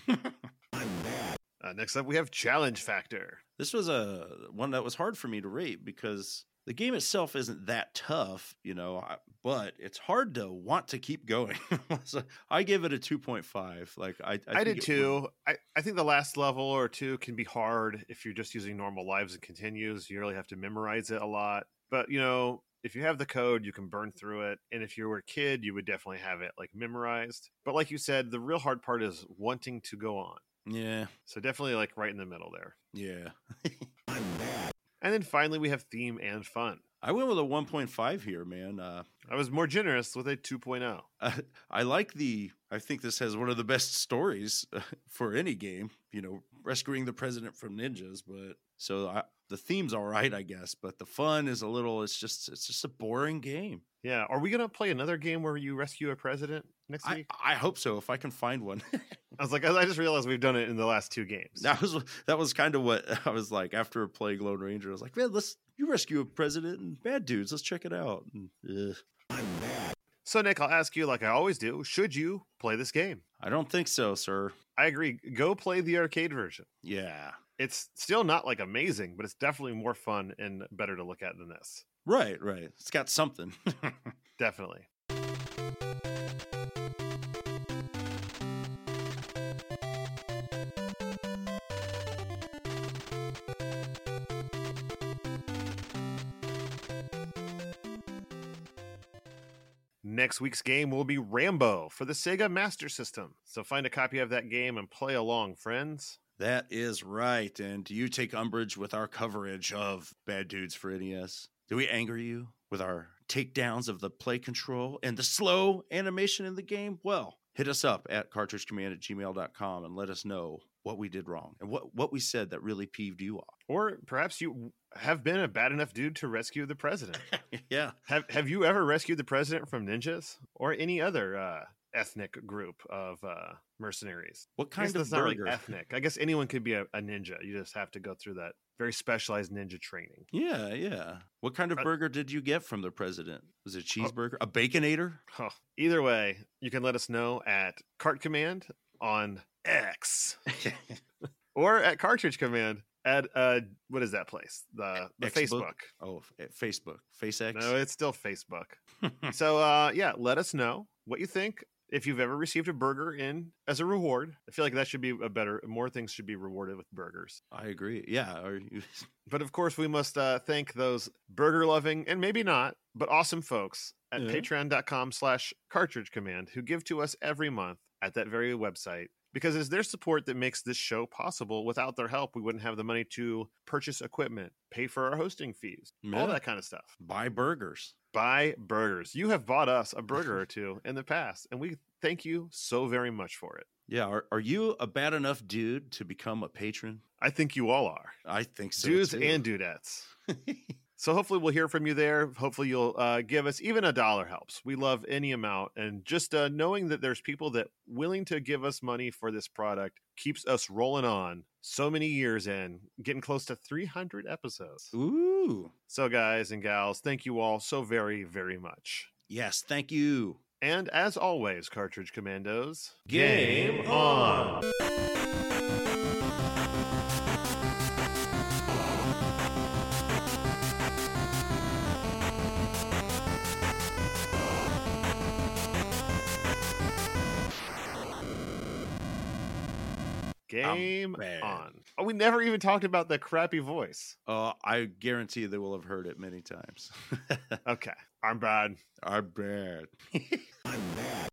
S1: uh, next up we have challenge factor
S2: this was a one that was hard for me to rate because the game itself isn't that tough, you know, I- but it's hard to want to keep going. so I give it a 2.5. Like I
S1: i,
S2: think
S1: did
S2: it-
S1: too I, I think the last level or two can be hard if you're just using normal lives and continues you really have to memorize it a lot but you know if you have the code you can burn through it and if you were a kid you would definitely have it like memorized but like you said the real hard part is wanting to go on
S2: Yeah.
S1: so definitely like right in the middle there
S2: Yeah.
S1: and then finally we have theme and fun
S2: I went with a 1.5 here, man. Uh
S1: i was more generous with a oh. 2.0
S2: I, I like the I think this has one of the best stories uh, for any game, you know, rescuing the president from ninjas, but so I, the theme's all right, I guess, but the fun is a little it's just it's just a boring game.
S1: yeah are we gonna play another game where you rescue a president next
S2: I,
S1: week
S2: I hope so if I can find one.
S1: i was like i just realized we've done it in the last two games
S2: that was that was kind of what I was like after playing Lone Ranger. I was like, man, let's you rescue a president and bad dudes. Let's check it out. And, ugh,
S1: so nick i'll ask you like i always do should you play this game
S2: I don't think so, sir.
S1: I agree. Go play the arcade version.
S2: Yeah,
S1: It's still not like amazing, but it's definitely more fun and better to look at than this.
S2: right, right. It's got something.
S1: Definitely. Next week's game will be Rambo for the Sega Master System. So find a copy of that game and play along, friends.
S2: That is right. And do you take umbrage with our coverage of Bad Dudes for NES? Do we anger you with our takedowns of the play control and the slow animation in the game? Well, hit us up at cartridgecommand at gmail.com and let us know what we did wrong and what, what we said that really peeved you off.
S1: Or perhaps you have been a bad enough dude to rescue the president.
S2: yeah.
S1: have Have you ever rescued the president from ninjas or any other uh, ethnic group of uh, mercenaries?
S2: What
S1: I guess
S2: kind of
S1: that's not really
S2: burger?
S1: ethnic. I guess anyone could be a, a ninja. You just have to go through that very specialized ninja training.
S2: yeah, yeah. What kind of
S1: Uh, Oh.
S2: burger did you get from the president? Was it a cheeseburger? a baconator?
S1: Huh. Either way, you can let us know at cart command on X or at cartridge command at uh what is that place? The the
S2: Xbook?
S1: Facebook.
S2: oh, f- at Facebook. FaceX.
S1: No, it's still Facebook. so uh yeah, let us know what you think if you've ever received a burger in as a reward. I feel like that should be a better more things should be rewarded with burgers.
S2: I agree. Yeah. Or you,
S1: But of course, we must uh, thank those burger loving and maybe not, but awesome folks at
S2: Yeah.
S1: patreon.com slash cartridge command who give to us every month at that very website because it's their support that makes this show possible. Without their help, we wouldn't have the money to purchase equipment, pay for our hosting fees, all
S2: Yeah.
S1: that kind of stuff.
S2: buy burgers.
S1: Buy burgers. You have bought us a burger or two in the past, and we thank you so very much for it.
S2: Yeah. Are, are you a bad enough dude to become a patron?
S1: I think you all are.
S2: I think so.
S1: Dudes
S2: too.
S1: and dudettes. So hopefully we'll hear from you there. Hopefully you'll uh, give us even a dollar helps. We love any amount, and just uh, knowing that there's people that willing to give us money for this product keeps us rolling on. So many years in, getting close to 300 episodes.
S2: Ooh.
S1: So guys and gals, thank you all so very very much.
S2: Yes. Thank you.
S1: And as always, Cartridge Commandos,
S2: Game on.
S1: game
S2: back.
S1: on. Oh, we never even talked about the crappy voice.
S2: Uh, I guarantee they will have heard it many times.
S1: Okay, I'm bad.
S2: I bet.
S3: I'm mad.